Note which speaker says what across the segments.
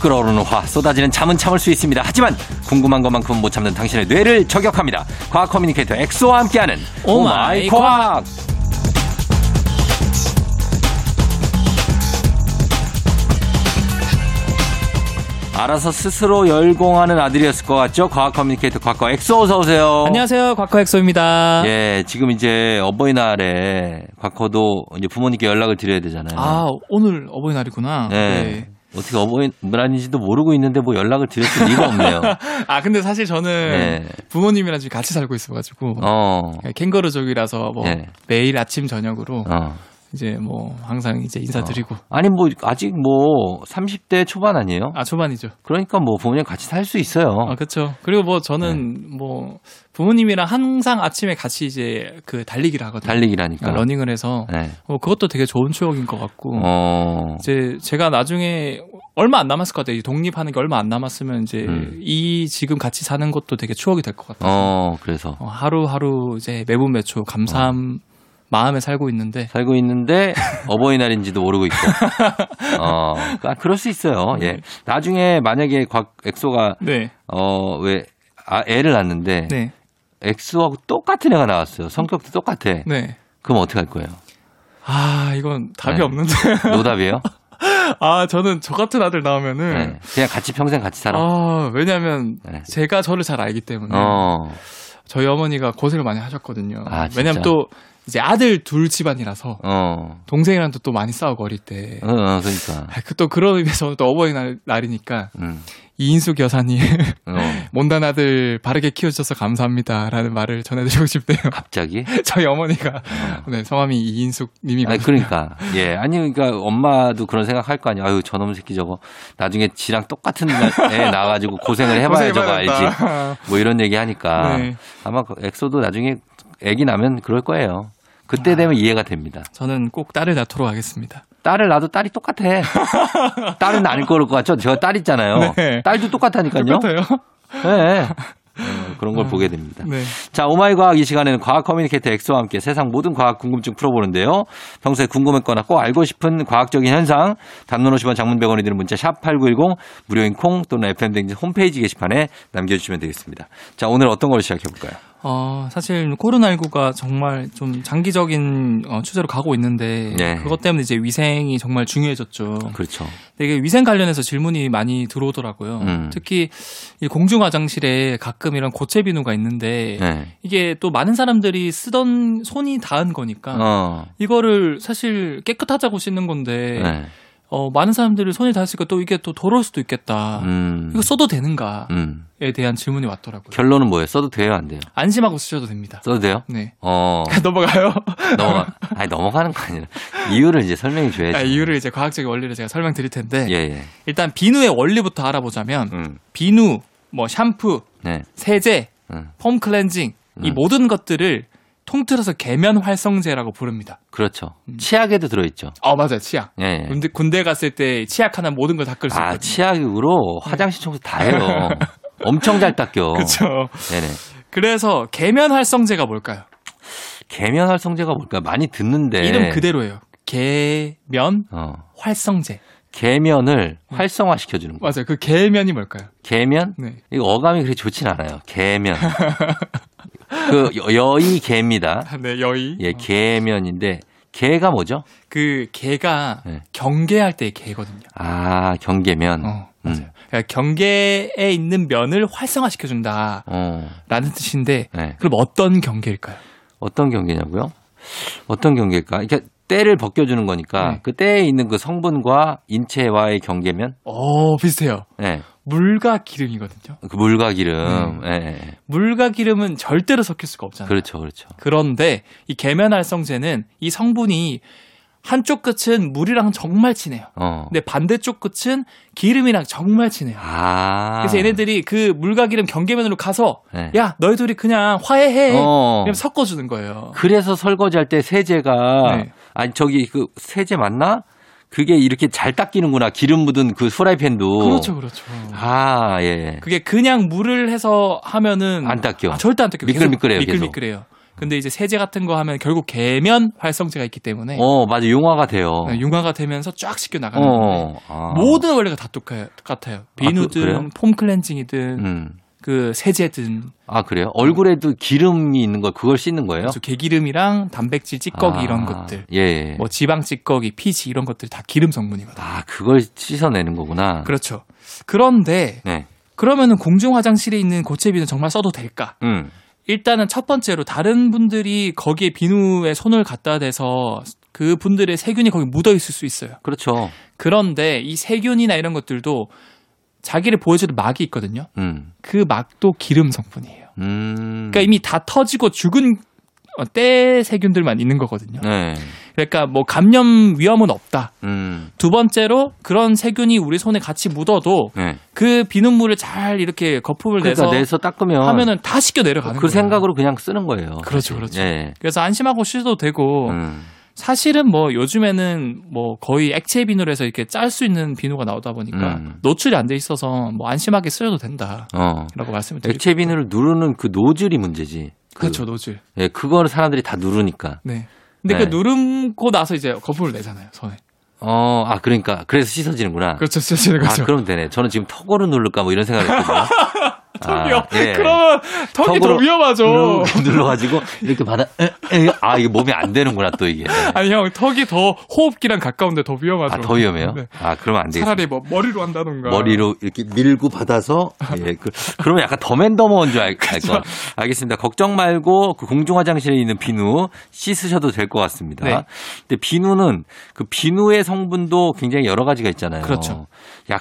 Speaker 1: 끓어오르는 화, 쏟아지는 잠은 참을 수 있습니다. 하지만 궁금한 것만큼은 못 참는 당신의 뇌를 저격합니다. 과학 커뮤니케이터 엑소와 함께하는 오마이
Speaker 2: 오마이
Speaker 1: 과학. 알아서 스스로 열공하는 아들이었을 것 같죠? 과학 커뮤니케이터 과거 엑소 어서 오세요.
Speaker 2: 안녕하세요, 곽화엑소입니다.
Speaker 1: 예, 지금 이제 어버이날에 과거도 이제 부모님께 연락을 드려야 되잖아요.
Speaker 2: 아, 오늘 어버이날이구나.
Speaker 1: 예.
Speaker 2: 네.
Speaker 1: 어떻게 어버이날인지도 모르고 있는데 뭐 연락을 드렸을 리가 없네요.
Speaker 2: 아, 근데 사실 저는
Speaker 1: 네.
Speaker 2: 부모님이랑 지금 같이 살고 있어가지고.
Speaker 1: 어.
Speaker 2: 캥거루족이라서 뭐
Speaker 1: 네.
Speaker 2: 매일 아침 저녁으로
Speaker 1: 어.
Speaker 2: 이제 뭐 항상 이제 인사드리고
Speaker 1: 아니 뭐 아직 뭐 30대 초반 아니에요?
Speaker 2: 아 초반이죠.
Speaker 1: 그러니까 뭐 부모님 같이 살 수 있어요. 예.
Speaker 2: 아 그렇죠. 그리고 뭐 저는 뭐 부모님이랑 항상 아침에 같이 이제 그 달리기를 하거든요.
Speaker 1: 달리기라니까.
Speaker 2: 그러니까 러닝을 해서
Speaker 1: 네.
Speaker 2: 뭐 그것도 되게 좋은 추억인 것 같고
Speaker 1: 어.
Speaker 2: 이제 제가 나중에 얼마 안 남았을 것 같아요. 이 독립하는 게 얼마 안 남았으면 이제
Speaker 1: 음.
Speaker 2: 이 지금 같이 사는 것도 되게 추억이 될 것 같아요.
Speaker 1: 어, 그래서
Speaker 2: 어, 하루하루 이제 매분 매초 감사함
Speaker 1: 어.
Speaker 2: 마음에 살고 있는데
Speaker 1: 살고 있는데 어버이날인지도 모르고 있고. 어. 아, 그럴 수 있어요. 예. 나중에 만약에 곽 엑소가
Speaker 2: 네,
Speaker 1: 어, 왜 아, 애를 낳는데
Speaker 2: 네,
Speaker 1: 엑소하고 똑같은 애가 나왔어요. 성격도 똑같아.
Speaker 2: 네.
Speaker 1: 그럼 어떻게 할 거예요?
Speaker 2: 아 이건 답이
Speaker 1: 네.
Speaker 2: 없는데
Speaker 1: 노답이에요?
Speaker 2: 아 저는 저 같은 아들 나오면은
Speaker 1: 네. 그냥 같이 평생 같이 살아.
Speaker 2: 아 왜냐면
Speaker 1: 네.
Speaker 2: 제가 저를 잘 알기 때문에
Speaker 1: 어.
Speaker 2: 저희 어머니가 고생을 많이 하셨거든요.
Speaker 1: 아, 진짜?
Speaker 2: 왜냐면 또 이제 아들 둘 집안이라서
Speaker 1: 어.
Speaker 2: 동생이랑도 또 많이 싸우고 어릴 때.
Speaker 1: 어, 어, 그러니까.
Speaker 2: 아, 그또 그런 의미에서는 또 어버이날 날이니까
Speaker 1: 음.
Speaker 2: 이인숙 여사님
Speaker 1: 어.
Speaker 2: 못난 아들 바르게 키워주셔서 감사합니다라는 말을 전해드리고 싶네요.
Speaker 1: 갑자기?
Speaker 2: 저희 어머니가 네, 성함이
Speaker 1: 아,
Speaker 2: 이인숙님이거든요.
Speaker 1: 그러니까. 예. 아니, 그러니까 엄마도 그런 생각 할 거 아니야. 아유, 저놈 새끼 저거. 나중에 지랑 똑같은 애 나가지고 고생을 해봐야 저거 알지. 뭐 이런 얘기 하니까.
Speaker 2: 네.
Speaker 1: 아마 그 엑소도 나중에 애기 나면 그럴 거예요. 그때 되면 이해가 됩니다.
Speaker 2: 저는 꼭 딸을 낳도록 하겠습니다.
Speaker 1: 딸을 낳아도 딸이 똑같아. 딸은 안 거를 것 같죠? 제가 딸 있잖아요.
Speaker 2: 네.
Speaker 1: 딸도 똑같다니까요.
Speaker 2: 똑같아요.
Speaker 1: 예. 어, 그런 걸 보게 됩니다.
Speaker 2: 네.
Speaker 1: 자, 오마이 과학 이 시간에는 과학 커뮤니케이터 엑소와 함께 세상 모든 과학 궁금증 풀어보는데요. 평소에 궁금했거나 꼭 알고 싶은 과학적인 현상, 단문 50원 장문 100원이 드는 문자 샵8910 무료인 콩 또는 FM댕진 홈페이지 게시판에 남겨주시면 되겠습니다. 자, 오늘 어떤 걸 시작해볼까요?
Speaker 2: 어, 사실 코로나19가 정말 좀 장기적인 어, 추세로 가고 있는데
Speaker 1: 네.
Speaker 2: 그것 때문에 이제 위생이 정말 중요해졌죠.
Speaker 1: 그렇죠.
Speaker 2: 되게 위생 관련해서 질문이 많이 들어오더라고요.
Speaker 1: 음.
Speaker 2: 특히 이 공중 화장실에 가끔 이런 고체 비누가 있는데
Speaker 1: 네.
Speaker 2: 이게 또 많은 사람들이 쓰던 손이 닿은 거니까
Speaker 1: 어.
Speaker 2: 이거를 사실 깨끗하자고 씻는 건데
Speaker 1: 네.
Speaker 2: 어, 많은 사람들이 손이 닿으니까 또 이게 또 더러울 수도 있겠다.
Speaker 1: 음.
Speaker 2: 아, 이거 써도 되는가에
Speaker 1: 음.
Speaker 2: 대한 질문이 왔더라고요.
Speaker 1: 결론은 뭐예요? 써도 돼요? 안 돼요?
Speaker 2: 안심하고 쓰셔도 됩니다.
Speaker 1: 써도 돼요?
Speaker 2: 네.
Speaker 1: 어.
Speaker 2: 넘어가요.
Speaker 1: 넘어가, 아니, 넘어가는 거 아니라 이유를 이제 설명해 줘야지.
Speaker 2: 아, 이유를 이제 과학적인 원리를 제가 설명드릴 텐데
Speaker 1: 네, 예, 예.
Speaker 2: 일단 비누의 원리부터 알아보자면
Speaker 1: 음.
Speaker 2: 비누, 뭐 샴푸,
Speaker 1: 네.
Speaker 2: 세제,
Speaker 1: 음.
Speaker 2: 폼 클렌징 이
Speaker 1: 음.
Speaker 2: 모든 것들을 통틀어서 계면 활성제라고 부릅니다.
Speaker 1: 그렇죠.
Speaker 2: 음.
Speaker 1: 치약에도 들어있죠.
Speaker 2: 아 맞아요 치약.
Speaker 1: 예. 예.
Speaker 2: 군대, 군대 갔을 때 치약 하나 모든 걸 닦을 수
Speaker 1: 아,
Speaker 2: 있거든요.
Speaker 1: 치약으로 화장실 청소 다 해요. 엄청 잘 닦여.
Speaker 2: 그렇죠.
Speaker 1: 네네.
Speaker 2: 그래서 계면 활성제가 뭘까요?
Speaker 1: 계면 활성제가 뭘까? 많이 듣는데.
Speaker 2: 이름 그대로예요. 계면
Speaker 1: 어.
Speaker 2: 활성제.
Speaker 1: 계면을
Speaker 2: 음.
Speaker 1: 활성화 시켜주는 거.
Speaker 2: 맞아요. 그 계면이 뭘까요?
Speaker 1: 계면?
Speaker 2: 네.
Speaker 1: 이거 어감이 그렇게 좋진 않아요. 계면. 그 여- 여의 개입니다.
Speaker 2: 네 여의.
Speaker 1: 예, 계면인데 개가 뭐죠?
Speaker 2: 그 개가
Speaker 1: 네.
Speaker 2: 경계할 때의 개거든요.
Speaker 1: 아, 경계면.
Speaker 2: 어,
Speaker 1: 음.
Speaker 2: 맞아요. 그러니까 경계에 있는 면을 활성화시켜준다라는
Speaker 1: 어.
Speaker 2: 뜻인데,
Speaker 1: 네.
Speaker 2: 그럼 어떤 경계일까요?
Speaker 1: 어떤 경계냐고요? 어떤 경계일까? 그러니까 때를 벗겨주는 거니까
Speaker 2: 네.
Speaker 1: 그 때에 있는 그 성분과 인체와의 경계면?
Speaker 2: 어, 비슷해요.
Speaker 1: 예.
Speaker 2: 물과 기름이거든요.
Speaker 1: 그 물과
Speaker 2: 음.
Speaker 1: 기름. 예, 예.
Speaker 2: 물과 기름은 절대로 섞일 수가 없잖아요.
Speaker 1: 그렇죠, 그렇죠.
Speaker 2: 런데이 계면활성제는 이 성분이 한쪽 끝은 물이랑 정말 친해요.
Speaker 1: 어.
Speaker 2: 근데 반대쪽 끝은 기름이랑 정말 친해요.
Speaker 1: 아.
Speaker 2: 그래서 얘네들이 그 물과 기름 경계면으로 가서
Speaker 1: 네.
Speaker 2: 야 너희 둘이 그냥 화해해.
Speaker 1: 어.
Speaker 2: 그럼 섞어주는 거예요.
Speaker 1: 그래서 설거지할 때 세제가
Speaker 2: 네.
Speaker 1: 아니 저기 그 세제 맞나? 그게 이렇게 잘 닦이는구나. 기름 묻은 그 프라이팬도.
Speaker 2: 그렇죠, 그렇죠.
Speaker 1: 아, 예.
Speaker 2: 그게 그냥 물을 해서 하면은
Speaker 1: 안 닦여.
Speaker 2: 아, 절대 안 닦여.
Speaker 1: 미끌미끌해요,
Speaker 2: 미끌미끌해요. 근데 이제 세제 같은 거 하면 결국 계면 활성제가 있기 때문에
Speaker 1: 어, 맞아. 용화가 돼요.
Speaker 2: 네, 융화가 되면서 쫙 씻겨 나가는 건데
Speaker 1: 어, 아.
Speaker 2: 네. 모든 원리가 다 똑같아요. 비누든
Speaker 1: 그래요?
Speaker 2: 폼 클렌징이든
Speaker 1: 음.
Speaker 2: 그 세제든
Speaker 1: 아, 그래요? 얼굴에도 기름이 있는 걸 그걸 씻는 거예요?
Speaker 2: 그래서 개기름이랑 단백질 찌꺼기
Speaker 1: 아,
Speaker 2: 그렇죠. 이런 것들,
Speaker 1: 예, 예.
Speaker 2: 뭐 지방 찌꺼기, 피지 이런 것들 다 기름 성분이거든. 요
Speaker 1: 아, 그걸 씻어내는 거구나.
Speaker 2: 그렇죠. 그런데
Speaker 1: 네.
Speaker 2: 그러면은 공중 화장실에 있는 고체 비누 정말 써도 될까?
Speaker 1: 음.
Speaker 2: 일단은 첫 번째로 다른 분들이 거기에 비누에 손을 갖다 대서 그 분들의 세균이 거기 묻어 있을 수 있어요.
Speaker 1: 그렇죠.
Speaker 2: 그런데 이 세균이나 이런 것들도 자기를 보여주는 막이 있거든요.
Speaker 1: 음.
Speaker 2: 그 막도 기름 성분이에요.
Speaker 1: 음.
Speaker 2: 그러니까 이미 다 터지고 죽은 어, 때 세균들만 있는 거거든요.
Speaker 1: 네.
Speaker 2: 그러니까 뭐 감염 위험은 없다.
Speaker 1: 음.
Speaker 2: 두 번째로 그런 세균이 우리 손에 같이 묻어도
Speaker 1: 네.
Speaker 2: 그 비눗물을 잘 이렇게 거품을
Speaker 1: 그러니까
Speaker 2: 내서
Speaker 1: 내서 닦으면
Speaker 2: 하면은 다 씻겨 내려가는
Speaker 1: 그
Speaker 2: 거예요.
Speaker 1: 생각으로 그냥 쓰는 거예요.
Speaker 2: 그렇죠, 그렇죠.
Speaker 1: 예.
Speaker 2: 그래서 안심하고 씻어도 되고
Speaker 1: 음.
Speaker 2: 사실은 뭐 요즘에는 뭐 거의 액체 비누로 해서 이렇게 짤 수 있는 비누가 나오다 보니까
Speaker 1: 음.
Speaker 2: 노출이 안 돼 있어서 뭐 안심하게 쓰셔도 된다라고
Speaker 1: 어.
Speaker 2: 말씀을 드리고
Speaker 1: 액체 비누를 누르는 그 노즐이 문제지. 그,
Speaker 2: 그렇죠 노즐
Speaker 1: 예, 그거를 사람들이 다 누르니까.
Speaker 2: 네 근데
Speaker 1: 네.
Speaker 2: 그 누르고 나서 이제 거품을 내잖아요 손에
Speaker 1: 어, 아 그러니까 그래서 씻어지는구나.
Speaker 2: 그렇죠 쓰시는 거죠
Speaker 1: 아, 그럼 되네. 저는 지금 턱으로 누를까 뭐 이런 생각했거든요.
Speaker 2: 턱이요
Speaker 1: 아, 예.
Speaker 2: 그러면 턱이
Speaker 1: 턱으로 음.
Speaker 2: 더 위험하죠
Speaker 1: 이렇게 눌러가지고 이렇게 받아. 에, 에, 아 이게 몸이 안 되는구나 또 이게.
Speaker 2: 아니 형 턱이 더 호흡기랑 가까운데 더 위험하죠.
Speaker 1: 아 더 위험해요.
Speaker 2: 네.
Speaker 1: 아 그러면 안 되겠어.
Speaker 2: 차라리 뭐 머리로 한다던가.
Speaker 1: 머리로 이렇게 밀고 받아서 예, 그, 그러면 약간 더맨더머인 줄 알, 알
Speaker 2: 그렇죠.
Speaker 1: 거. 알겠습니다. 걱정 말고 그 공중 화장실에 있는 비누 씻으셔도 될 것 같습니다.
Speaker 2: 네.
Speaker 1: 근데 비누는 그 비누의 성분도 굉장히 여러 가지가 있잖아요.
Speaker 2: 그렇죠.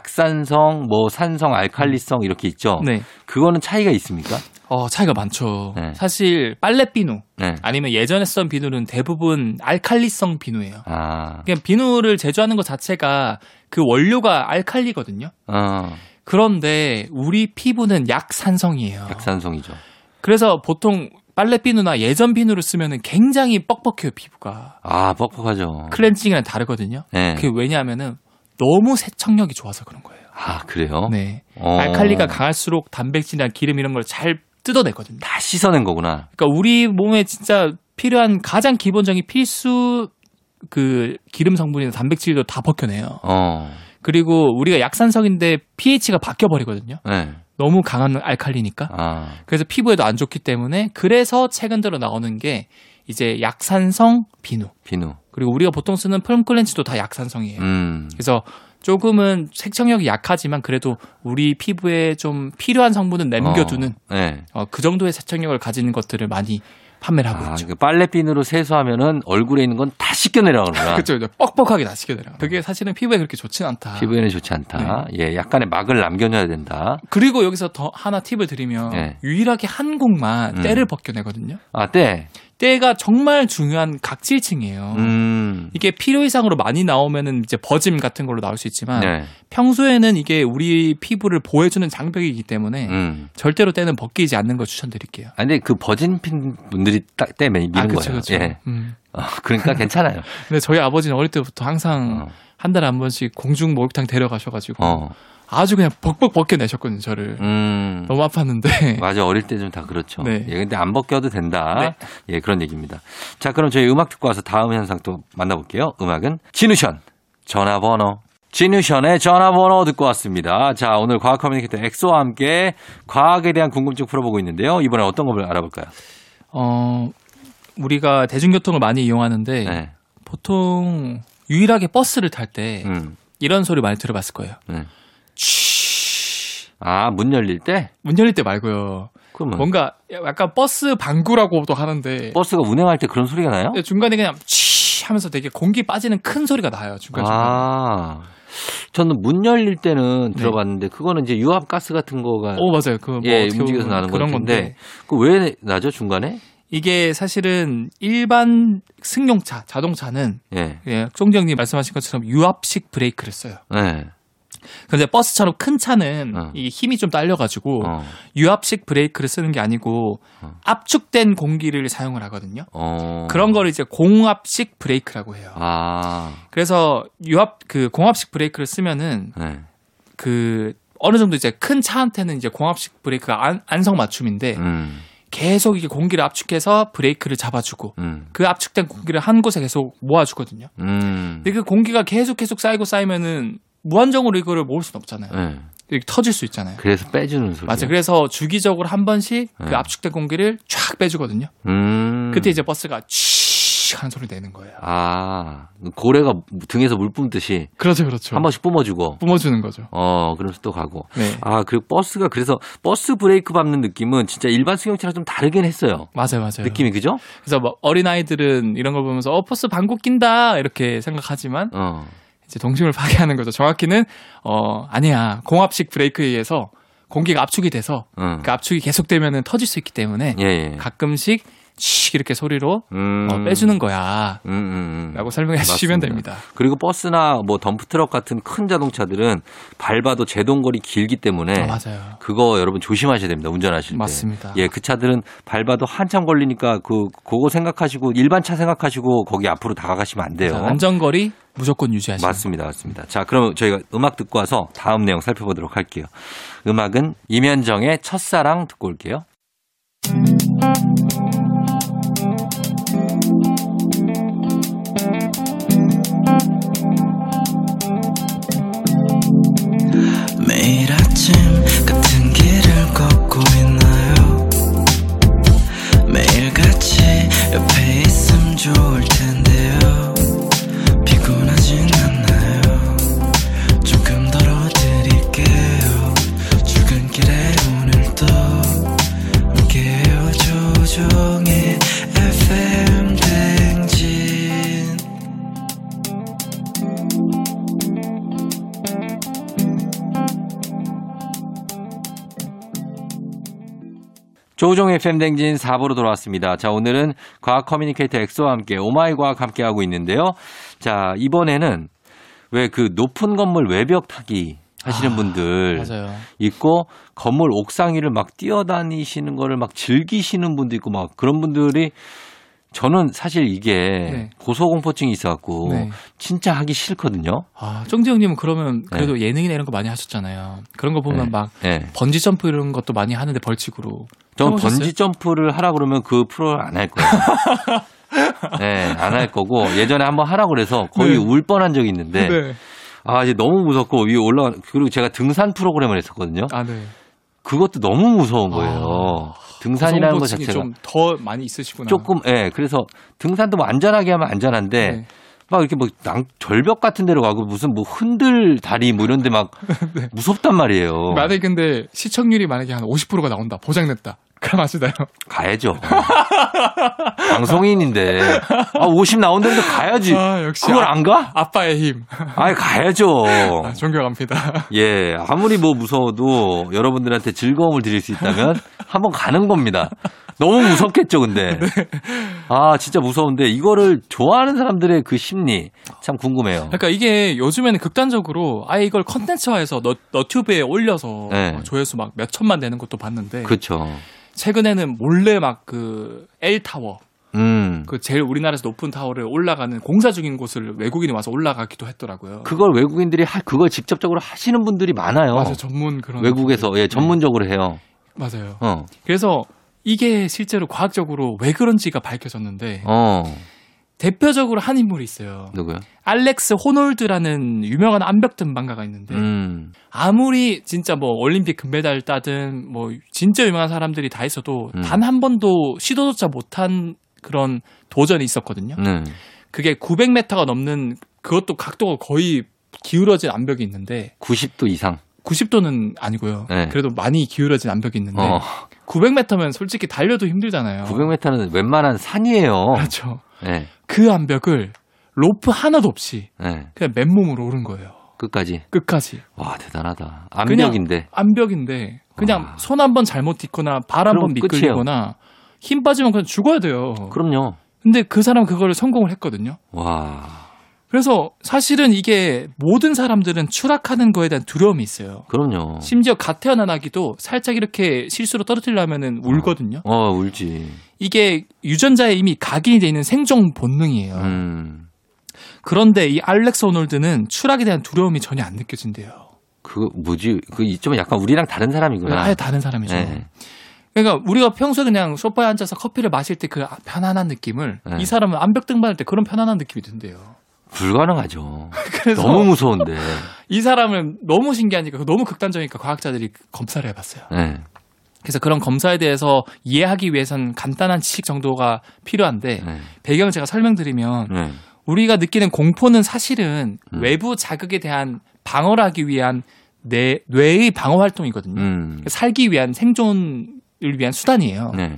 Speaker 1: 약산성, 뭐 산성, 알칼리성 이렇게 있죠.
Speaker 2: 네.
Speaker 1: 그거는 차이가 있습니까?
Speaker 2: 어 차이가 많죠.
Speaker 1: 네.
Speaker 2: 사실 빨래 비누
Speaker 1: 네.
Speaker 2: 아니면 예전에 쓰던 비누는 대부분 알칼리성 비누예요.
Speaker 1: 아,
Speaker 2: 그냥 비누를 제조하는 것 자체가 그 원료가 알칼리거든요.
Speaker 1: 어,
Speaker 2: 그런데 우리 피부는 약산성이에요.
Speaker 1: 약산성이죠.
Speaker 2: 그래서 보통 빨래 비누나 예전 비누를 쓰면 은 굉장히 뻑뻑해요 피부가.
Speaker 1: 아, 뻑뻑하죠.
Speaker 2: 클렌징이랑 다르거든요.
Speaker 1: 네.
Speaker 2: 그게 왜냐하면은 너무 세척력이 좋아서 그런 거예요.
Speaker 1: 아, 그래요?
Speaker 2: 네.
Speaker 1: 어.
Speaker 2: 알칼리가 강할수록 단백질이나 기름 이런 걸 잘 뜯어내거든요.
Speaker 1: 다 씻어낸 거구나.
Speaker 2: 그러니까 우리 몸에 진짜 필요한 가장 기본적인 필수 그 기름 성분이나 단백질도 다 벗겨내요.
Speaker 1: 어,
Speaker 2: 그리고 우리가 약산성인데 pH가 바뀌어 버리거든요.
Speaker 1: 네.
Speaker 2: 너무 강한 알칼리니까.
Speaker 1: 아.
Speaker 2: 그래서 피부에도 안 좋기 때문에 그래서 최근 들어 나오는 게 이제 약산성 비누.
Speaker 1: 비누.
Speaker 2: 그리고 우리가 보통 쓰는 폼 클렌즈도 다 약산성이에요.
Speaker 1: 음.
Speaker 2: 그래서 조금은 색청력이 약하지만 그래도 우리 피부에 좀 필요한 성분은 남겨두는
Speaker 1: 어, 네.
Speaker 2: 어, 그 정도의 세척력을 가지는 것들을 많이 판매를 하고
Speaker 1: 아,
Speaker 2: 있죠.
Speaker 1: 그 빨래핀으로 세수하면은 얼굴에 있는 건 다 씻겨내려가는구나.
Speaker 2: 그렇죠. 뻑뻑하게 다 씻겨내려. 그게 사실은 피부에 그렇게 좋진 않다.
Speaker 1: 음. 피부에는 좋지 않다.
Speaker 2: 네.
Speaker 1: 예, 약간의 막을 남겨놔야 된다.
Speaker 2: 그리고 여기서 더 하나 팁을 드리면
Speaker 1: 네.
Speaker 2: 유일하게 한 곡만
Speaker 1: 음.
Speaker 2: 때를 벗겨내거든요.
Speaker 1: 아, 때.
Speaker 2: 때가 정말 중요한 각질층이에요.
Speaker 1: 음.
Speaker 2: 이게 필요 이상으로 많이 나오면은 이제 버짐 같은 걸로 나올 수 있지만
Speaker 1: 네.
Speaker 2: 평소에는 이게 우리 피부를 보호해주는 장벽이기 때문에
Speaker 1: 음.
Speaker 2: 절대로 때는 벗기지 않는 걸 추천드릴게요.
Speaker 1: 아, 근데 그 버진핀 분들이 딱 때에 미는
Speaker 2: 아, 그쵸,
Speaker 1: 거예요.
Speaker 2: 그쵸.
Speaker 1: 예.
Speaker 2: 음.
Speaker 1: 어, 그러니까 괜찮아요.
Speaker 2: 근데 저희 아버지는 어릴 때부터 항상
Speaker 1: 어.
Speaker 2: 한 달에 한 번씩 공중 목욕탕 데려가셔가지고
Speaker 1: 어.
Speaker 2: 아주 그냥 벅벅 벗겨내셨거든요, 저를.
Speaker 1: 음.
Speaker 2: 너무 아팠는데.
Speaker 1: 맞아 어릴 때 좀 다 그렇죠.
Speaker 2: 예. 네.
Speaker 1: 예, 근데 안 벗겨도 된다. 예, 그런 얘기입니다. 자, 그럼 저희 음악 듣고 와서 다음 현상 또 만나볼게요. 음악은 진우션 전화번호. 진우션의 전화번호 듣고 왔습니다. 자, 오늘 과학 커뮤니케이터 엑소와 함께 과학에 대한 궁금증 풀어보고 있는데요. 이번에 어떤 걸 알아볼까요?
Speaker 2: 어, 우리가 대중교통을 많이 이용하는데
Speaker 1: 네.
Speaker 2: 보통 유일하게 버스를 탈 때
Speaker 1: 음,
Speaker 2: 이런 소리 많이 들어봤을 거예요.
Speaker 1: 네.
Speaker 2: 쉿.
Speaker 1: 아, 문 열릴 때?
Speaker 2: 문 열릴 때 말고요.
Speaker 1: 그러면
Speaker 2: 뭔가 약간 버스 방구라고도 하는데 네,
Speaker 1: 버스가 운행할 때 그런 소리가 나요?
Speaker 2: 중간에 그냥 쉿 하면서 되게 공기 빠지는 큰 소리가 나요. 중간중간.
Speaker 1: 아. 저는 문 열릴 때는
Speaker 2: 네.
Speaker 1: 들어봤는데 그거는 이제 유압 가스 같은 거가
Speaker 2: 오, 맞아요. 그 뭐
Speaker 1: 예,
Speaker 2: 어떻게
Speaker 1: 움직여서
Speaker 2: 보면
Speaker 1: 나는
Speaker 2: 그런
Speaker 1: 건 텐데. 그 왜 나죠 중간에?
Speaker 2: 이게 사실은 일반 승용차, 자동차는
Speaker 1: 예.
Speaker 2: 예, 송정님 말씀하신 것처럼 유압식 브레이크를 써요.
Speaker 1: 예.
Speaker 2: 근데 버스처럼 큰 차는
Speaker 1: 어.
Speaker 2: 이 힘이 좀 딸려가지고
Speaker 1: 어.
Speaker 2: 유압식 브레이크를 쓰는 게 아니고
Speaker 1: 어.
Speaker 2: 압축된 공기를 사용을 하거든요.
Speaker 1: 어.
Speaker 2: 그런 거를 이제 공압식 브레이크라고 해요.
Speaker 1: 아.
Speaker 2: 그래서 유압 그 공압식 브레이크를 쓰면은
Speaker 1: 예.
Speaker 2: 그 어느 정도 이제 큰 차한테는 이제 공압식 브레이크가 안, 안성 맞춤인데
Speaker 1: 음.
Speaker 2: 계속 이게 공기를 압축해서 브레이크를 잡아주고
Speaker 1: 음.
Speaker 2: 그 압축된 공기를 한 곳에 계속 모아주거든요.
Speaker 1: 음.
Speaker 2: 근데 그 공기가 계속 계속 쌓이고 쌓이면은 무한정으로 이거를 모을 수는 없잖아요.
Speaker 1: 예.
Speaker 2: 이렇게 터질 수 있잖아요.
Speaker 1: 그래서 빼주는 소리.
Speaker 2: 맞아. 그래서 주기적으로 한
Speaker 1: 그렇죠.
Speaker 2: 번씩
Speaker 1: 네.
Speaker 2: 그 압축된 공기를 쫙 빼주거든요.
Speaker 1: 음.
Speaker 2: 그때 이제 버스가 치 하는 소리 내는 거예요.
Speaker 1: 아 고래가 등에서 물 뿜듯이
Speaker 2: 그렇죠, 그렇죠.
Speaker 1: 한 번씩 뿜어주고.
Speaker 2: 뿜어주는 거죠.
Speaker 1: 어, 그러면서 또 가고.
Speaker 2: 네.
Speaker 1: 아, 그리고 버스가 그래서 버스 브레이크 밟는 느낌은 진짜 일반 승용차랑 좀 다르긴 했어요.
Speaker 2: 맞아요, 맞아요.
Speaker 1: 느낌이 그죠?
Speaker 2: 그래서 뭐 어린 아이들은 이런 걸 보면서 어 버스 방귀 낀다 이렇게 생각하지만
Speaker 1: 어.
Speaker 2: 이제 동심을 파괴하는 거죠. 정확히는 어 아니야 공압식 브레이크에 의해서 공기가 압축이 돼서
Speaker 1: 응.
Speaker 2: 그 압축이 계속되면은 터질 수 있기 때문에
Speaker 1: 어. 예, 예.
Speaker 2: 가끔씩 씩 이렇게 소리로
Speaker 1: 음.
Speaker 2: 어, 빼주는 거야라고
Speaker 1: 음, 음, 음.
Speaker 2: 설명해 주시면
Speaker 1: 맞습니다.
Speaker 2: 됩니다.
Speaker 1: 그리고 버스나 뭐 덤프트럭 같은 큰 자동차들은 밟아도 제동거리 길기 때문에
Speaker 2: 아, 맞아요.
Speaker 1: 그거 여러분 조심하셔야 됩니다. 운전하실 때.
Speaker 2: 맞습니다.
Speaker 1: 네. 예, 그 차들은 밟아도 한참 걸리니까 그 그거 생각하시고 일반 차 생각하시고 거기 앞으로 다가가시면 안 돼요.
Speaker 2: 자, 안전거리 무조건 유지하시고
Speaker 1: 맞습니다. 맞습니다. 자, 그럼 저희가 음악 듣고 와서 다음 내용 살펴보도록 할게요. 음악은 임현정의 첫사랑 듣고 올게요.
Speaker 3: 매일 아침 같은 길을 걷고 있나요 매일 같이 옆에 있음 좋을 텐데요 피곤하진 않나요 조금 덜어드릴게요 출근길에 오늘도 함께해요 조종의 FM 댕진
Speaker 1: 조종의 팬댕진 4부로 돌아왔습니다. 자, 오늘은 과학 커뮤니케이터 엑소와 함께 오마이 과학 함께하고 있는데요. 자, 이번에는 왜 그 높은 건물 외벽 타기 하시는
Speaker 2: 아,
Speaker 1: 분들
Speaker 2: 맞아요.
Speaker 1: 있고 건물 옥상 위를 막 뛰어다니시는 거를 막 즐기시는 분도 있고 막 그런 분들이 저는 사실 이게
Speaker 2: 네.
Speaker 1: 고소공포증이 있어갖고
Speaker 2: 네.
Speaker 1: 진짜 하기 싫거든요.
Speaker 2: 아 정재영님은 그러면 그래도 예능이나 이런 거 많이 하셨잖아요. 그런 거 보면
Speaker 1: 네.
Speaker 2: 막
Speaker 1: 예.
Speaker 2: 번지 점프 이런 것도 많이 하는데 벌칙으로.
Speaker 1: 저는
Speaker 2: 해보셨어요?
Speaker 1: 번지 점프를 하라 그러면 그 프로를 안 할 거예요. 네, 안 할 거고 예전에 한번 하라 그래서 거의
Speaker 2: 네.
Speaker 1: 울 뻔한 적이 있는데 아 이제 너무 무섭고 위에 올라 그리고 제가 등산 프로그램을 했었거든요.
Speaker 2: 아 네.
Speaker 1: 그것도 너무 무서운 거예요. 등산이라는 것 자체가
Speaker 2: 아. 좀 더 많이 있으시구나.
Speaker 1: 조금 예 그래서 등산도 뭐 안전하게 하면 안전한데
Speaker 2: 네.
Speaker 1: 막 이렇게 막 낭, 절벽 같은 데로 가고 무슨 뭐 흔들 다리 뭐 이런데 막
Speaker 2: 네.
Speaker 1: 무섭단 말이에요.
Speaker 2: 만약에 근데 시청률이 만약에 한 50%가 나온다. 보장됐다. 그럼 아시나요?
Speaker 1: 가야죠. 방송인인데 아 50 나온다는데 가야지.
Speaker 2: 아, 역시
Speaker 1: 그걸
Speaker 2: 아,
Speaker 1: 안 가?
Speaker 2: 아빠의 힘.
Speaker 1: 아니 가야죠.
Speaker 2: 아, 존경합니다.
Speaker 1: 예, 아무리 뭐 무서워도 여러분들한테 즐거움을 드릴 수 있다면 한번 가는 겁니다. 너무 무섭겠죠, 근데.
Speaker 2: 네.
Speaker 1: 아, 진짜 무서운데 이거를 좋아하는 사람들의 그 심리 참 궁금해요.
Speaker 2: 그러니까 이게 요즘에는 극단적으로 아예 이걸 컨텐츠화해서 너, 너튜브에 올려서
Speaker 1: 네.
Speaker 2: 어, 조회수 막 몇 천만 되는 것도 봤는데
Speaker 1: 그렇죠.
Speaker 2: 최근에는 몰래 막 그 L 타워
Speaker 1: 음.
Speaker 2: 그 제일 우리나라에서 높은 타워를 올라가는 공사 중인 곳을 외국인이 와서 올라가기도 했더라고요.
Speaker 1: 그걸 외국인들이 하, 그걸 직접적으로 하시는 분들이 많아요.
Speaker 2: 맞아요. 전문 그런
Speaker 1: 어. 외국에서 예, 전문적으로 해요.
Speaker 2: 맞아요.
Speaker 1: 어.
Speaker 2: 그래서 이게 실제로 과학적으로 왜 그런지가 밝혀졌는데
Speaker 1: 어.
Speaker 2: 대표적으로 한 인물이 있어요.
Speaker 1: 누구요?
Speaker 2: 알렉스 호놀드라는 유명한 암벽 등반가가 있는데
Speaker 1: 음.
Speaker 2: 아무리 진짜 뭐 올림픽 금메달 따든 뭐 진짜 유명한 사람들이 다 있어도
Speaker 1: 음.
Speaker 2: 단 한 번도 시도조차 못한 그런 도전이 있었거든요.
Speaker 1: 네.
Speaker 2: 그게 900m가 넘는 그것도 각도가 거의 기울어진 암벽이 있는데
Speaker 1: 90도 이상.
Speaker 2: 90도는 아니고요.
Speaker 1: 네.
Speaker 2: 그래도 많이 기울어진 암벽이 있는데
Speaker 1: 어.
Speaker 2: 900m면 솔직히 달려도 힘들잖아요.
Speaker 1: 900m는 웬만한 산이에요.
Speaker 2: 그렇죠.
Speaker 1: 예.
Speaker 2: 그 암벽을 로프 하나도 없이
Speaker 1: 예.
Speaker 2: 그냥 맨몸으로 오른 거예요.
Speaker 1: 끝까지.
Speaker 2: 끝까지.
Speaker 1: 와, 대단하다.
Speaker 2: 그냥
Speaker 1: 압력인데.
Speaker 2: 암벽인데 그냥
Speaker 1: 와.
Speaker 2: 손 한 번 잘못 딛거나 발 한 번
Speaker 1: 아. 그럼 끝이에요.
Speaker 2: 미끌리거나 힘 빠지면 그냥 죽어야 돼요.
Speaker 1: 그럼요.
Speaker 2: 근데 그 사람 그거를 성공을 했거든요.
Speaker 1: 와,
Speaker 2: 그래서 사실은 이게 모든 사람들은 추락하는 거에 대한 두려움이 있어요.
Speaker 1: 그럼요.
Speaker 2: 심지어 갓 태어난 아기도 살짝 이렇게 실수로 떨어뜨리려면은 울거든요.
Speaker 1: 어, 울지.
Speaker 2: 이게 유전자에 이미 각인이 돼 있는 생존 본능이에요.
Speaker 1: 음.
Speaker 2: 그런데 이 알렉스 오놀드는 추락에 대한 두려움이 전혀 안 느껴진대요.
Speaker 1: 그 그거 뭐지? 그 좀 약간 우리랑 다른 사람이구나.
Speaker 2: 아예 다른 사람이죠.
Speaker 1: 예.
Speaker 2: 그러니까 우리가 평소에 그냥 소파에 앉아서 커피를 마실 때 그 편안한 느낌을
Speaker 1: 네.
Speaker 2: 이 사람은 암벽 등반할 때 그런 편안한 느낌이 든대요.
Speaker 1: 불가능하죠.
Speaker 2: 그래서
Speaker 1: 너무 무서운데.
Speaker 2: 이 사람은 너무 신기하니까 너무 극단적이니까 과학자들이 검사를 해봤어요.
Speaker 1: 네.
Speaker 2: 그래서 그런 검사에 대해서 이해하기 위해선 간단한 지식 정도가 필요한데
Speaker 1: 네.
Speaker 2: 배경을 제가 설명드리면
Speaker 1: 네.
Speaker 2: 우리가 느끼는 공포는 사실은
Speaker 1: 음.
Speaker 2: 외부 자극에 대한 방어를 하기 위한 뇌, 뇌의 방어 활동이거든요.
Speaker 1: 음.
Speaker 2: 살기 위한 생존을 위한 수단이에요.
Speaker 1: 네.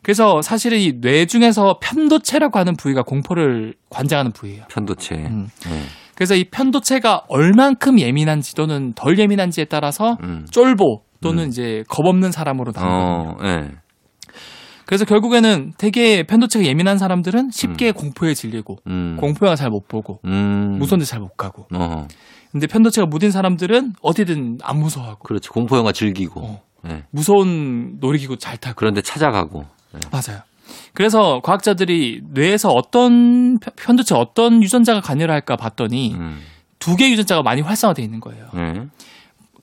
Speaker 2: 그래서 사실은 이 뇌 중에서 편도체라고 하는 부위가 공포를 관장하는 부위예요.
Speaker 1: 편도체.
Speaker 2: 음.
Speaker 1: 네.
Speaker 2: 그래서 이 편도체가 얼만큼 예민한지 또는 덜 예민한지에 따라서
Speaker 1: 음.
Speaker 2: 쫄보 또는 이제 겁없는 사람으로 나뉘거든요.
Speaker 1: 어, 네.
Speaker 2: 그래서 결국에는 되게 편도체가 예민한 사람들은 쉽게 공포에 질리고
Speaker 1: 음.
Speaker 2: 공포 영화 잘 못 보고
Speaker 1: 음.
Speaker 2: 무서운 데 잘 못 가고
Speaker 1: 어.
Speaker 2: 근데 편도체가 무딘 사람들은 어디든 안 무서워하고
Speaker 1: 그렇지. 공포 영화 즐기고.
Speaker 2: 어.
Speaker 1: 네.
Speaker 2: 무서운 놀이기구 잘 타고
Speaker 1: 그런데 찾아가고. 네.
Speaker 2: 맞아요. 그래서 과학자들이 뇌에서 어떤 편- 편도체 어떤 유전자가 간여를 할까 봤더니
Speaker 1: 음.
Speaker 2: 두 개의 유전자가 많이 활성화되어 있는 거예요.
Speaker 1: 네.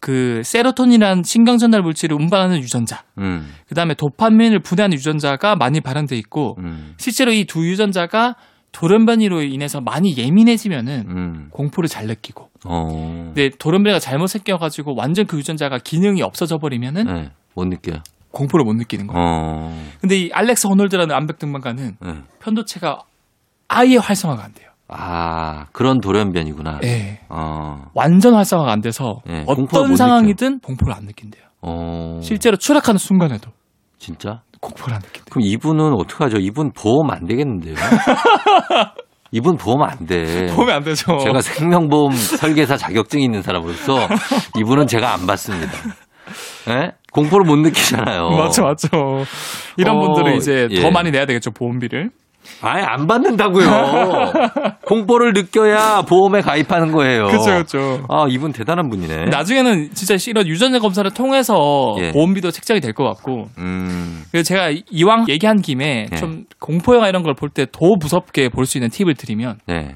Speaker 2: 그 세로토닌이라는 신경 전달 물질을 운반하는 유전자,
Speaker 1: 음.
Speaker 2: 그다음에 도파민을 분해하는 유전자가 많이 발현돼 있고
Speaker 1: 음.
Speaker 2: 실제로 이 두 유전자가 돌연변이로 인해서 많이 예민해지면은
Speaker 1: 음.
Speaker 2: 공포를 잘 느끼고
Speaker 1: 어.
Speaker 2: 근데 돌연변이가 잘못 생겨가지고 완전 그 유전자가 기능이 없어져 버리면은
Speaker 1: 네. 못 느껴요.
Speaker 2: 공포를 못 느끼는 거예요.
Speaker 1: 어.
Speaker 2: 근데 이 알렉스 호놀드라는 암벽 등반가는
Speaker 1: 네.
Speaker 2: 편도체가 아예 활성화가 안 돼요.
Speaker 1: 아, 그런 돌연변이구나.
Speaker 2: 예.
Speaker 1: 어.
Speaker 2: 완전 활성화가 안 돼서
Speaker 1: 네, 공포를
Speaker 2: 어떤
Speaker 1: 못
Speaker 2: 상황이든 공포를 안 느낀대요.
Speaker 1: 어.
Speaker 2: 실제로 추락하는 순간에도
Speaker 1: 진짜?
Speaker 2: 공포를 안 느낀대요.
Speaker 1: 그럼 이분은 어떡하죠? 이분 보험 안 되겠는데요? 이분 보험 안 돼.
Speaker 2: 보면 안 되죠.
Speaker 1: 네. 제가 생명보험 설계사 자격증이 있는 사람으로서 이분은 제가 안 받습니다. 예? 공포를 못 느끼잖아요.
Speaker 2: 맞죠, 맞죠. 이런
Speaker 1: 어,
Speaker 2: 분들은 이제
Speaker 1: 예.
Speaker 2: 더 많이 내야 되겠죠, 보험비를.
Speaker 1: 아예 안 받는다고요. 공포를 느껴야 보험에 가입하는 거예요.
Speaker 2: 그렇죠, 그렇죠.
Speaker 1: 아, 이분 대단한 분이네.
Speaker 2: 나중에는 진짜 이런 유전자 검사를 통해서
Speaker 1: 예.
Speaker 2: 보험비도 책정이 될 것 같고.
Speaker 1: 음,
Speaker 2: 그래서 제가 이- 이왕 얘기한 김에
Speaker 1: 예.
Speaker 2: 좀 공포영화 이런 걸 볼 때 더 무섭게 볼 수 있는 팁을 드리면
Speaker 1: 네.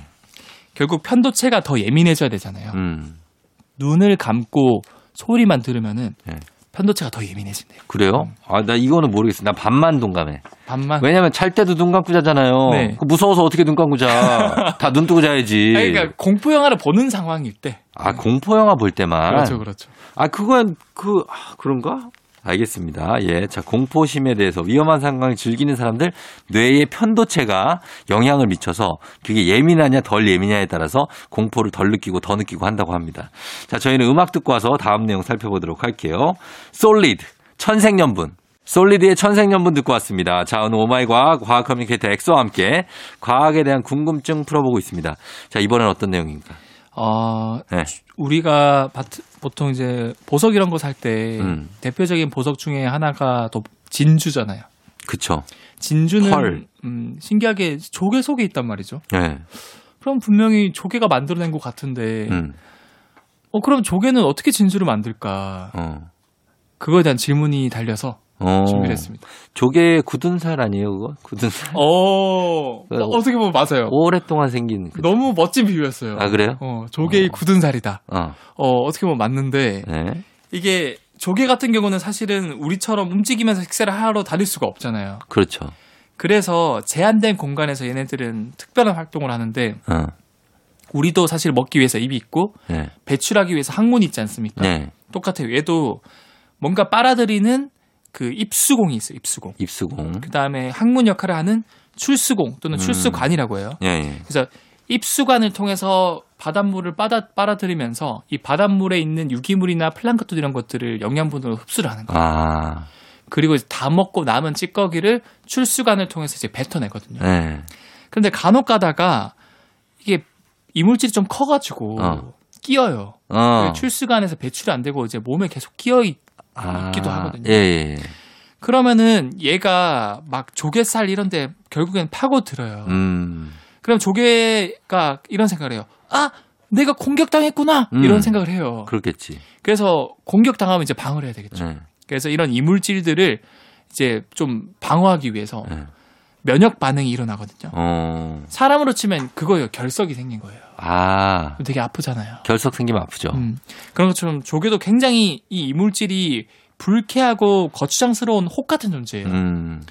Speaker 2: 결국 편도체가 더 예민해져야 되잖아요.
Speaker 1: 음,
Speaker 2: 눈을 감고 소리만 들으면은
Speaker 1: 예.
Speaker 2: 편도체가 더 예민해진대요.
Speaker 1: 그래요? 아, 나 이거는 모르겠어. 나 반만 동감해.
Speaker 2: 반만.
Speaker 1: 왜냐면 잘 때도 눈 감고 자잖아요.
Speaker 2: 네.
Speaker 1: 그 무서워서 어떻게 눈 감고 자. 다 눈 뜨고 자야지.
Speaker 2: 아니, 그러니까 공포 영화를 보는 상황일 때.
Speaker 1: 아, 공포 영화 볼 때만.
Speaker 2: 그렇죠, 그렇죠.
Speaker 1: 아, 그건 그 아, 그런가? 알겠습니다. 예. 자, 공포심에 대해서 위험한 상황을 즐기는 사람들 뇌의 편도체가 영향을 미쳐서 그게 예민하냐 덜 예민하냐에 따라서 공포를 덜 느끼고 더 느끼고 한다고 합니다. 자, 저희는 음악 듣고 와서 다음 내용 살펴보도록 할게요. 솔리드 천생연분 솔리드의 천생연분 듣고 왔습니다. 자, 오늘 오마이 과학, 과학 커뮤니케이터 엑소와 함께 과학에 대한 궁금증 풀어보고 있습니다. 자, 이번엔 어떤 내용입니까?
Speaker 2: 어,
Speaker 1: 네.
Speaker 2: 우리가 밭- 보통 이제 보석 이런 거 살 때
Speaker 1: 음.
Speaker 2: 대표적인 보석 중에 하나가 또 진주잖아요.
Speaker 1: 그쵸.
Speaker 2: 진주는
Speaker 1: 펄.
Speaker 2: 음, 신기하게 조개 속에 있단 말이죠.
Speaker 1: 예.
Speaker 2: 그럼 분명히 조개가 만들어낸 것 같은데,
Speaker 1: 음,
Speaker 2: 어 그럼 조개는 어떻게 진주를 만들까?
Speaker 1: 어.
Speaker 2: 그거에 대한 질문이 달려서
Speaker 1: 어.
Speaker 2: 준비했습니다.
Speaker 1: 조개 굳은 살 아니에요, 그거? 굳은 살.
Speaker 2: 어
Speaker 1: 그래서-
Speaker 2: 어떻게 보면 맞아요.
Speaker 1: 오랫동안 생긴 그.
Speaker 2: 너무 멋진 비유였어요.
Speaker 1: 아, 그래요?
Speaker 2: 어, 조개의
Speaker 1: 어.
Speaker 2: 굳은 살이다.
Speaker 1: 어.
Speaker 2: 어, 어떻게 보면 맞는데
Speaker 1: 네.
Speaker 2: 이게 조개 같은 경우는 사실은 우리처럼 움직이면서 식사를 하러 다닐 수가 없잖아요.
Speaker 1: 그렇죠.
Speaker 2: 그래서 제한된 공간에서 얘네들은 특별한 활동을 하는데
Speaker 1: 어.
Speaker 2: 우리도 사실 먹기 위해서 입이 있고
Speaker 1: 네.
Speaker 2: 배출하기 위해서 항문이 있지 않습니까?
Speaker 1: 네.
Speaker 2: 똑같아요. 얘도 뭔가 빨아들이는 그 입수공이 있어요. 입수공.
Speaker 1: 입수공.
Speaker 2: 그 다음에 항문 역할을 하는 출수공 또는
Speaker 1: 음.
Speaker 2: 출수관이라고 해요.
Speaker 1: 예, 예.
Speaker 2: 그래서 입수관을 통해서 바닷물을 빨아, 빨아들이면서 이 바닷물에 있는 유기물이나 플랑크톤 이런 것들을 영양분으로 흡수를 하는 거예요.
Speaker 1: 아,
Speaker 2: 그리고 이제 다 먹고 남은 찌꺼기를 출수관을 통해서 이제 뱉어내거든요.
Speaker 1: 네.
Speaker 2: 그런데 간혹 가다가 이게 이물질이 좀 커가지고
Speaker 1: 어.
Speaker 2: 끼어요. 그
Speaker 1: 어.
Speaker 2: 출수관에서 배출이 안 되고 이제 몸에 계속 끼어 있, 있기도 하거든요.
Speaker 1: 예, 예.
Speaker 2: 그러면은 얘가 막 조개살 이런데 결국엔 파고들어요.
Speaker 1: 음.
Speaker 2: 그럼 조개가 이런 생각을 해요. 아, 내가 공격당했구나
Speaker 1: 음.
Speaker 2: 이런 생각을 해요.
Speaker 1: 그렇겠지.
Speaker 2: 그래서 공격당하면 이제 방어를 해야 되겠죠.
Speaker 1: 네.
Speaker 2: 그래서 이런 이물질들을 이제 좀 방어하기 위해서
Speaker 1: 네.
Speaker 2: 면역 반응이 일어나거든요.
Speaker 1: 어.
Speaker 2: 사람으로 치면 그거예요. 결석이 생긴 거예요.
Speaker 1: 아.
Speaker 2: 되게 아프잖아요.
Speaker 1: 어. 결석 생기면 아프죠.
Speaker 2: 음, 그런 것처럼 조개도 굉장히 이 이물질이 불쾌하고 거추장스러운 혹 같은 존재예요.
Speaker 1: 음,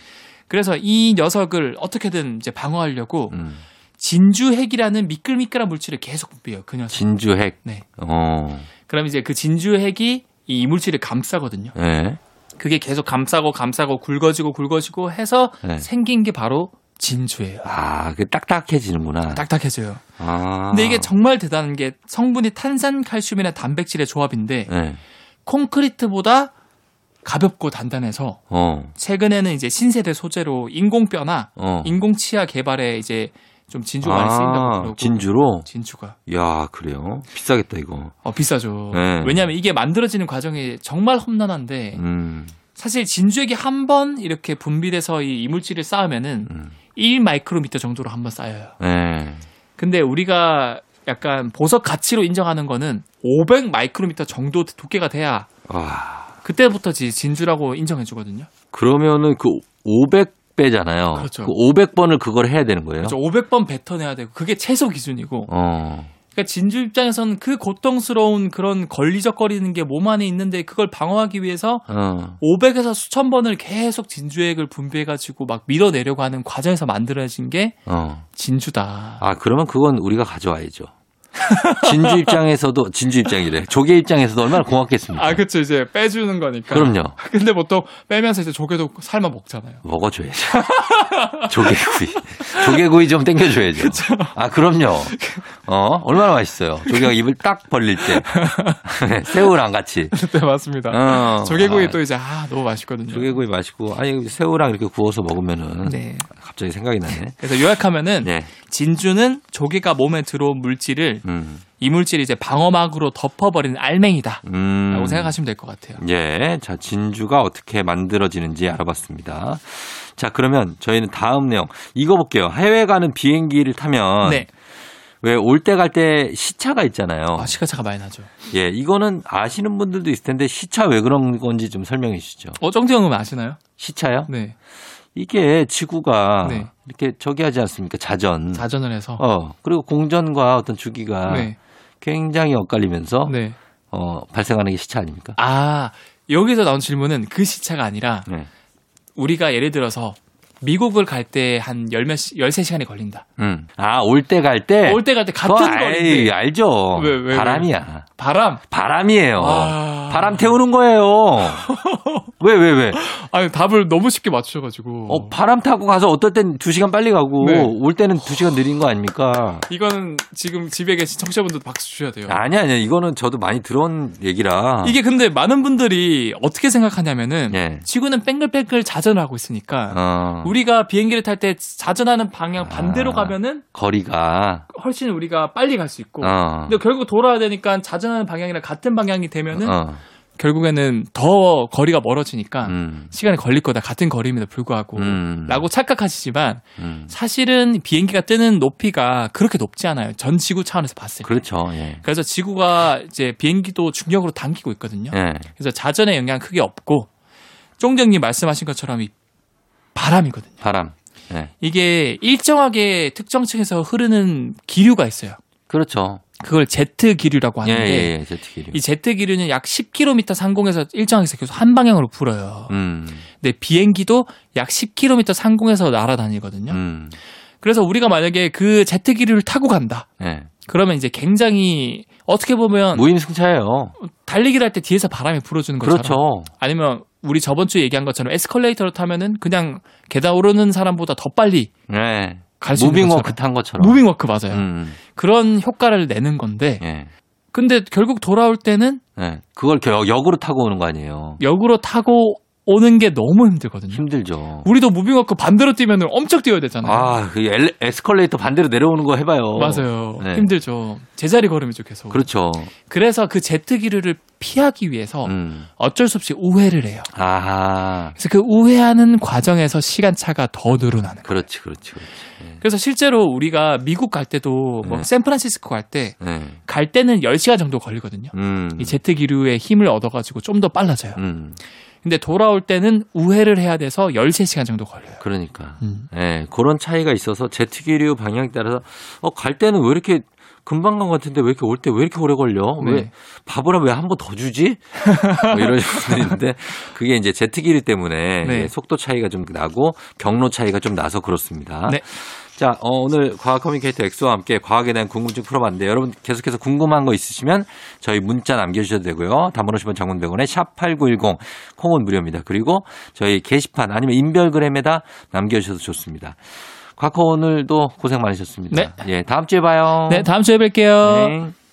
Speaker 2: 그래서 이 녀석을 어떻게든 이제 방어하려고
Speaker 1: 음.
Speaker 2: 진주핵이라는 미끌미끌한 물질을 계속 부여요. 그 녀석.
Speaker 1: 진주핵.
Speaker 2: 네.
Speaker 1: 어,
Speaker 2: 그럼 이제 그 진주핵이 이 이물질을 감싸거든요.
Speaker 1: 예.
Speaker 2: 그게 계속 감싸고 감싸고 굵어지고 굵어지고 해서
Speaker 1: 네.
Speaker 2: 생긴 게 바로 진주예요.
Speaker 1: 아, 그 딱딱해지는구나.
Speaker 2: 딱딱해져요.
Speaker 1: 아.
Speaker 2: 근데 이게 정말 대단한 게 성분이 탄산, 칼슘이나 단백질의 조합인데
Speaker 1: 예.
Speaker 2: 콘크리트보다 가볍고 단단해서
Speaker 1: 어,
Speaker 2: 최근에는 이제 신세대 소재로 인공뼈나
Speaker 1: 어.
Speaker 2: 인공치아 개발에 이제 좀 진주가 많이 쓰인다고
Speaker 1: 아,
Speaker 2: 그러고
Speaker 1: 진주로?
Speaker 2: 진주가
Speaker 1: 야, 그래요? 비싸겠다, 이거.
Speaker 2: 어, 비싸죠.
Speaker 1: 네.
Speaker 2: 왜냐하면 이게 만들어지는 과정이 정말 험난한데
Speaker 1: 음,
Speaker 2: 사실 진주액이 한 번 이렇게 분비돼서 이 이물질을 쌓으면은
Speaker 1: 음.
Speaker 2: 1 마이크로미터 정도로 한 번 쌓여요.
Speaker 1: 예.
Speaker 2: 근데 우리가 약간 보석 가치로 인정하는 거는 500 마이크로미터 정도 두께가 돼야
Speaker 1: 와.
Speaker 2: 그때부터 지- 진주라고 인정해 주거든요.
Speaker 1: 그러면은 그 500배잖아요.
Speaker 2: 그렇죠.
Speaker 1: 500번을 그걸 해야 되는 거예요?
Speaker 2: 500번 뱉어내야 되고 그게 최소 기준이고
Speaker 1: 어.
Speaker 2: 그러니까 진주 입장에선 그 고통스러운 그런 걸리적거리는 게 몸 안에 있는데 그걸 방어하기 위해서
Speaker 1: 어.
Speaker 2: 500에서 수천 번을 계속 진주액을 분비해 가지고 막 밀어내려고 하는 과정에서 만들어진 게
Speaker 1: 어.
Speaker 2: 진주다.
Speaker 1: 아, 그러면 그건 우리가 가져와야죠. 진주 입장에서도 진주 입장이래. 조개 입장에서도 얼마나 고맙겠습니까?
Speaker 2: 아, 그러니까. 그쵸. 이제 빼주는 거니까.
Speaker 1: 그럼요.
Speaker 2: 근데 보통 빼면서 이제 조개도 삶아 먹잖아요.
Speaker 1: 먹어줘야죠. 조개구이. 조개구이 좀 땡겨줘야죠. 아, 그럼요. 어, 얼마나 맛있어요. 조개가 입을 딱 벌릴 때. 네, 새우랑 같이.
Speaker 2: 네, 맞습니다.
Speaker 1: 어.
Speaker 2: 조개구이
Speaker 1: 아,
Speaker 2: 또 이제, 아, 너무 맛있거든요.
Speaker 1: 조개구이 맛있고, 아니, 새우랑 이렇게 구워서 먹으면은.
Speaker 2: 네.
Speaker 1: 갑자기 생각이 나네.
Speaker 2: 그래서 요약하면은,
Speaker 1: 네.
Speaker 2: 진주는 조개가 몸에 들어온 물질을,
Speaker 1: 음.
Speaker 2: 이 물질이 이제 방어막으로 덮어버리는 알맹이다.
Speaker 1: 음.
Speaker 2: 라고 생각하시면 될 것 같아요.
Speaker 1: 예. 자, 진주가 어떻게 만들어지는지 알아봤습니다. 자, 그러면 저희는 다음 내용. 이거 볼게요. 해외 가는 비행기를 타면.
Speaker 2: 네.
Speaker 1: 왜 올 때 갈 때 시차가 있잖아요.
Speaker 2: 아, 시가차가 많이 나죠.
Speaker 1: 예, 이거는 아시는 분들도 있을 텐데 시차 왜 그런 건지 좀 설명해 주시죠.
Speaker 2: 어, 정재형은 아시나요?
Speaker 1: 시차요?
Speaker 2: 네.
Speaker 1: 이게 지구가
Speaker 2: 네.
Speaker 1: 이렇게 저기 하지 않습니까? 자전.
Speaker 2: 자전을 해서.
Speaker 1: 음. 어, 아. 그리고 공전과 어떤 주기가
Speaker 2: 네.
Speaker 1: 굉장히 엇갈리면서
Speaker 2: 네.
Speaker 1: 어, 발생하는 게 시차 아닙니까?
Speaker 2: 아, 여기서 나온 질문은 그 시차가 아니라,
Speaker 1: 네.
Speaker 2: 우리가 예를 들어서, 미국을 갈 때 한 열몇, 시- 열세 시간이 걸린다.
Speaker 1: 음. 아, 올 때 갈 때?
Speaker 2: 올 때 갈 때 같은
Speaker 1: 그거
Speaker 2: 거리인데
Speaker 1: 알, 알죠.
Speaker 2: 왜, 왜, 왜?
Speaker 1: 바람이야.
Speaker 2: 바람.
Speaker 1: 바람이에요.
Speaker 2: 아.
Speaker 1: 어. 바람 태우는 거예요. 왜, 왜, 왜?
Speaker 2: 아니 답을 너무 쉽게 맞추셔가지고.
Speaker 1: 어, 바람 타고 가서 어떨 땐 두시간 빨리 가고,
Speaker 2: 네.
Speaker 1: 올 때는 두시간 느린 거 아닙니까?
Speaker 2: 이거는 지금 집에 계신 청취자분들 박수 주셔야 돼요.
Speaker 1: 아니 아니 이거는 저도 많이 들어온 얘기라.
Speaker 2: 그렇죠. 이게 근데 많은 분들이 어떻게 생각하냐면은
Speaker 1: 예.
Speaker 2: 지구는 뺑글뺑글 자전을 하고 있으니까
Speaker 1: 어,
Speaker 2: 우리가 비행기를 탈 때 자전하는 방향 반대로
Speaker 1: 아.
Speaker 2: 가면은
Speaker 1: 거리가
Speaker 2: 훨씬 우리가 빨리 갈 수 있고.
Speaker 1: 어.
Speaker 2: 그 근데 결국 돌아야 되니까 자전하는 방향이랑 같은 방향이 되면은
Speaker 1: 어,
Speaker 2: 결국에는 더 거리가 멀어지니까
Speaker 1: 음,
Speaker 2: 시간이 걸릴 거다 같은 거리임에도 불구하고
Speaker 1: 음,
Speaker 2: 라고 착각하시지만
Speaker 1: 음.
Speaker 2: 사실은 비행기가 뜨는 높이가 그렇게 높지 않아요. 전 지구 차원에서 봤을 때.
Speaker 1: 그렇죠. 예.
Speaker 2: 그래서 지구가 이제 비행기도 중력으로 당기고 있거든요.
Speaker 1: 예.
Speaker 2: 그래서 자전의 영향 크게 없고 쫑정님 말씀하신 것처럼 이 바람이거든요.
Speaker 1: 바람. 예.
Speaker 2: 이게 일정하게 특정 층에서 흐르는 기류가 있어요.
Speaker 1: 그렇죠.
Speaker 2: 그걸 제트 기류라고
Speaker 1: 예,
Speaker 2: 하는데
Speaker 1: 예, 예. 제트기류.
Speaker 2: 이 제트 기류는 약 10km 상공에서 일정하게 계속 한 방향으로 불어요.
Speaker 1: 음.
Speaker 2: 근데 비행기도 약 10km 상공에서 날아다니거든요.
Speaker 1: 음.
Speaker 2: 그래서 우리가 만약에 그 제트 기류를 타고 간다.
Speaker 1: 예.
Speaker 2: 그러면 이제 굉장히 어떻게 보면
Speaker 1: 무임승차예요.
Speaker 2: 음, 달리기를 할 때 뒤에서 바람이 불어주는 것처럼
Speaker 1: 그렇죠.
Speaker 2: 아니면 우리 저번 주에 얘기한 것처럼 에스컬레이터를 타면은 그냥 계단 오르는 사람보다 더 빨리
Speaker 1: 예.
Speaker 2: 갈 수 있는
Speaker 1: 무빙워크
Speaker 2: 것처럼
Speaker 1: 탄 것처럼.
Speaker 2: 무빙워크 맞아요.
Speaker 1: 음.
Speaker 2: 그런 효과를 내는 건데
Speaker 1: 예.
Speaker 2: 근데 결국 돌아올 때는
Speaker 1: 예. 그걸 겨- 역으로 타고 오는 거 아니에요.
Speaker 2: 역으로 타고 오는 게 너무 힘들거든요.
Speaker 1: 힘들죠.
Speaker 2: 우리도 무빙워크 반대로 뛰면 엄청 뛰어야 되잖아요.
Speaker 1: 아, 그 엘- 에스컬레이터 반대로 내려오는 거 해봐요.
Speaker 2: 맞아요.
Speaker 1: 네.
Speaker 2: 힘들죠. 제자리 걸음이죠, 계속.
Speaker 1: 그렇죠.
Speaker 2: 그래서그 제트 기류를 피하기 위해서
Speaker 1: 음.
Speaker 2: 어쩔 수 없이 우회를 해요.
Speaker 1: 아,
Speaker 2: 그래서 그 우회하는 과정에서 시간차가 더 늘어나는 거예요.
Speaker 1: 그렇지, 그렇지, 그렇지.
Speaker 2: 그래서 실제로 우리가 미국 갈 때도 뭐
Speaker 1: 네.
Speaker 2: 샌프란시스코 갈 때 갈
Speaker 1: 네.
Speaker 2: 때는 10시간 정도 걸리거든요.
Speaker 1: 음.
Speaker 2: 이 제트 기류의 힘을 얻어가지고 좀 더 빨라져요.
Speaker 1: 음.
Speaker 2: 근데 돌아올 때는 우회를 해야 돼서 13시간 정도 걸려요.
Speaker 1: 그러니까.
Speaker 2: 음.
Speaker 1: 예, 그런 차이가 있어서 제트기류 방향에 따라서 어, 갈 때는 왜 이렇게 금방 간 것 같은데 왜 이렇게 올 때 왜 이렇게 오래 걸려? 왜
Speaker 2: 네.
Speaker 1: 밥을 하면 왜 한 번 더 주지? 뭐 이런 분들인데 그게 이제 제트기류 때문에
Speaker 2: 네.
Speaker 1: 예, 속도 차이가 좀 나고 경로 차이가 좀 나서 그렇습니다.
Speaker 2: 네.
Speaker 1: 자, 어, 오늘 과학 커뮤니케이터 엑소와 함께 과학에 대한 궁금증 풀어봤는데 여러분 계속해서 궁금한 거 있으시면 저희 문자 남겨주셔도 되고요. 담문 오시면 장문병원에 샵8910 콩은 무료입니다. 그리고 저희 게시판 아니면 인별그램에다 남겨주셔도 좋습니다. 과커 오늘도 고생 많으셨습니다. 예, 다음 주에 봐요.
Speaker 2: 네, 다음 네. 주에 뵐게요.
Speaker 1: 네.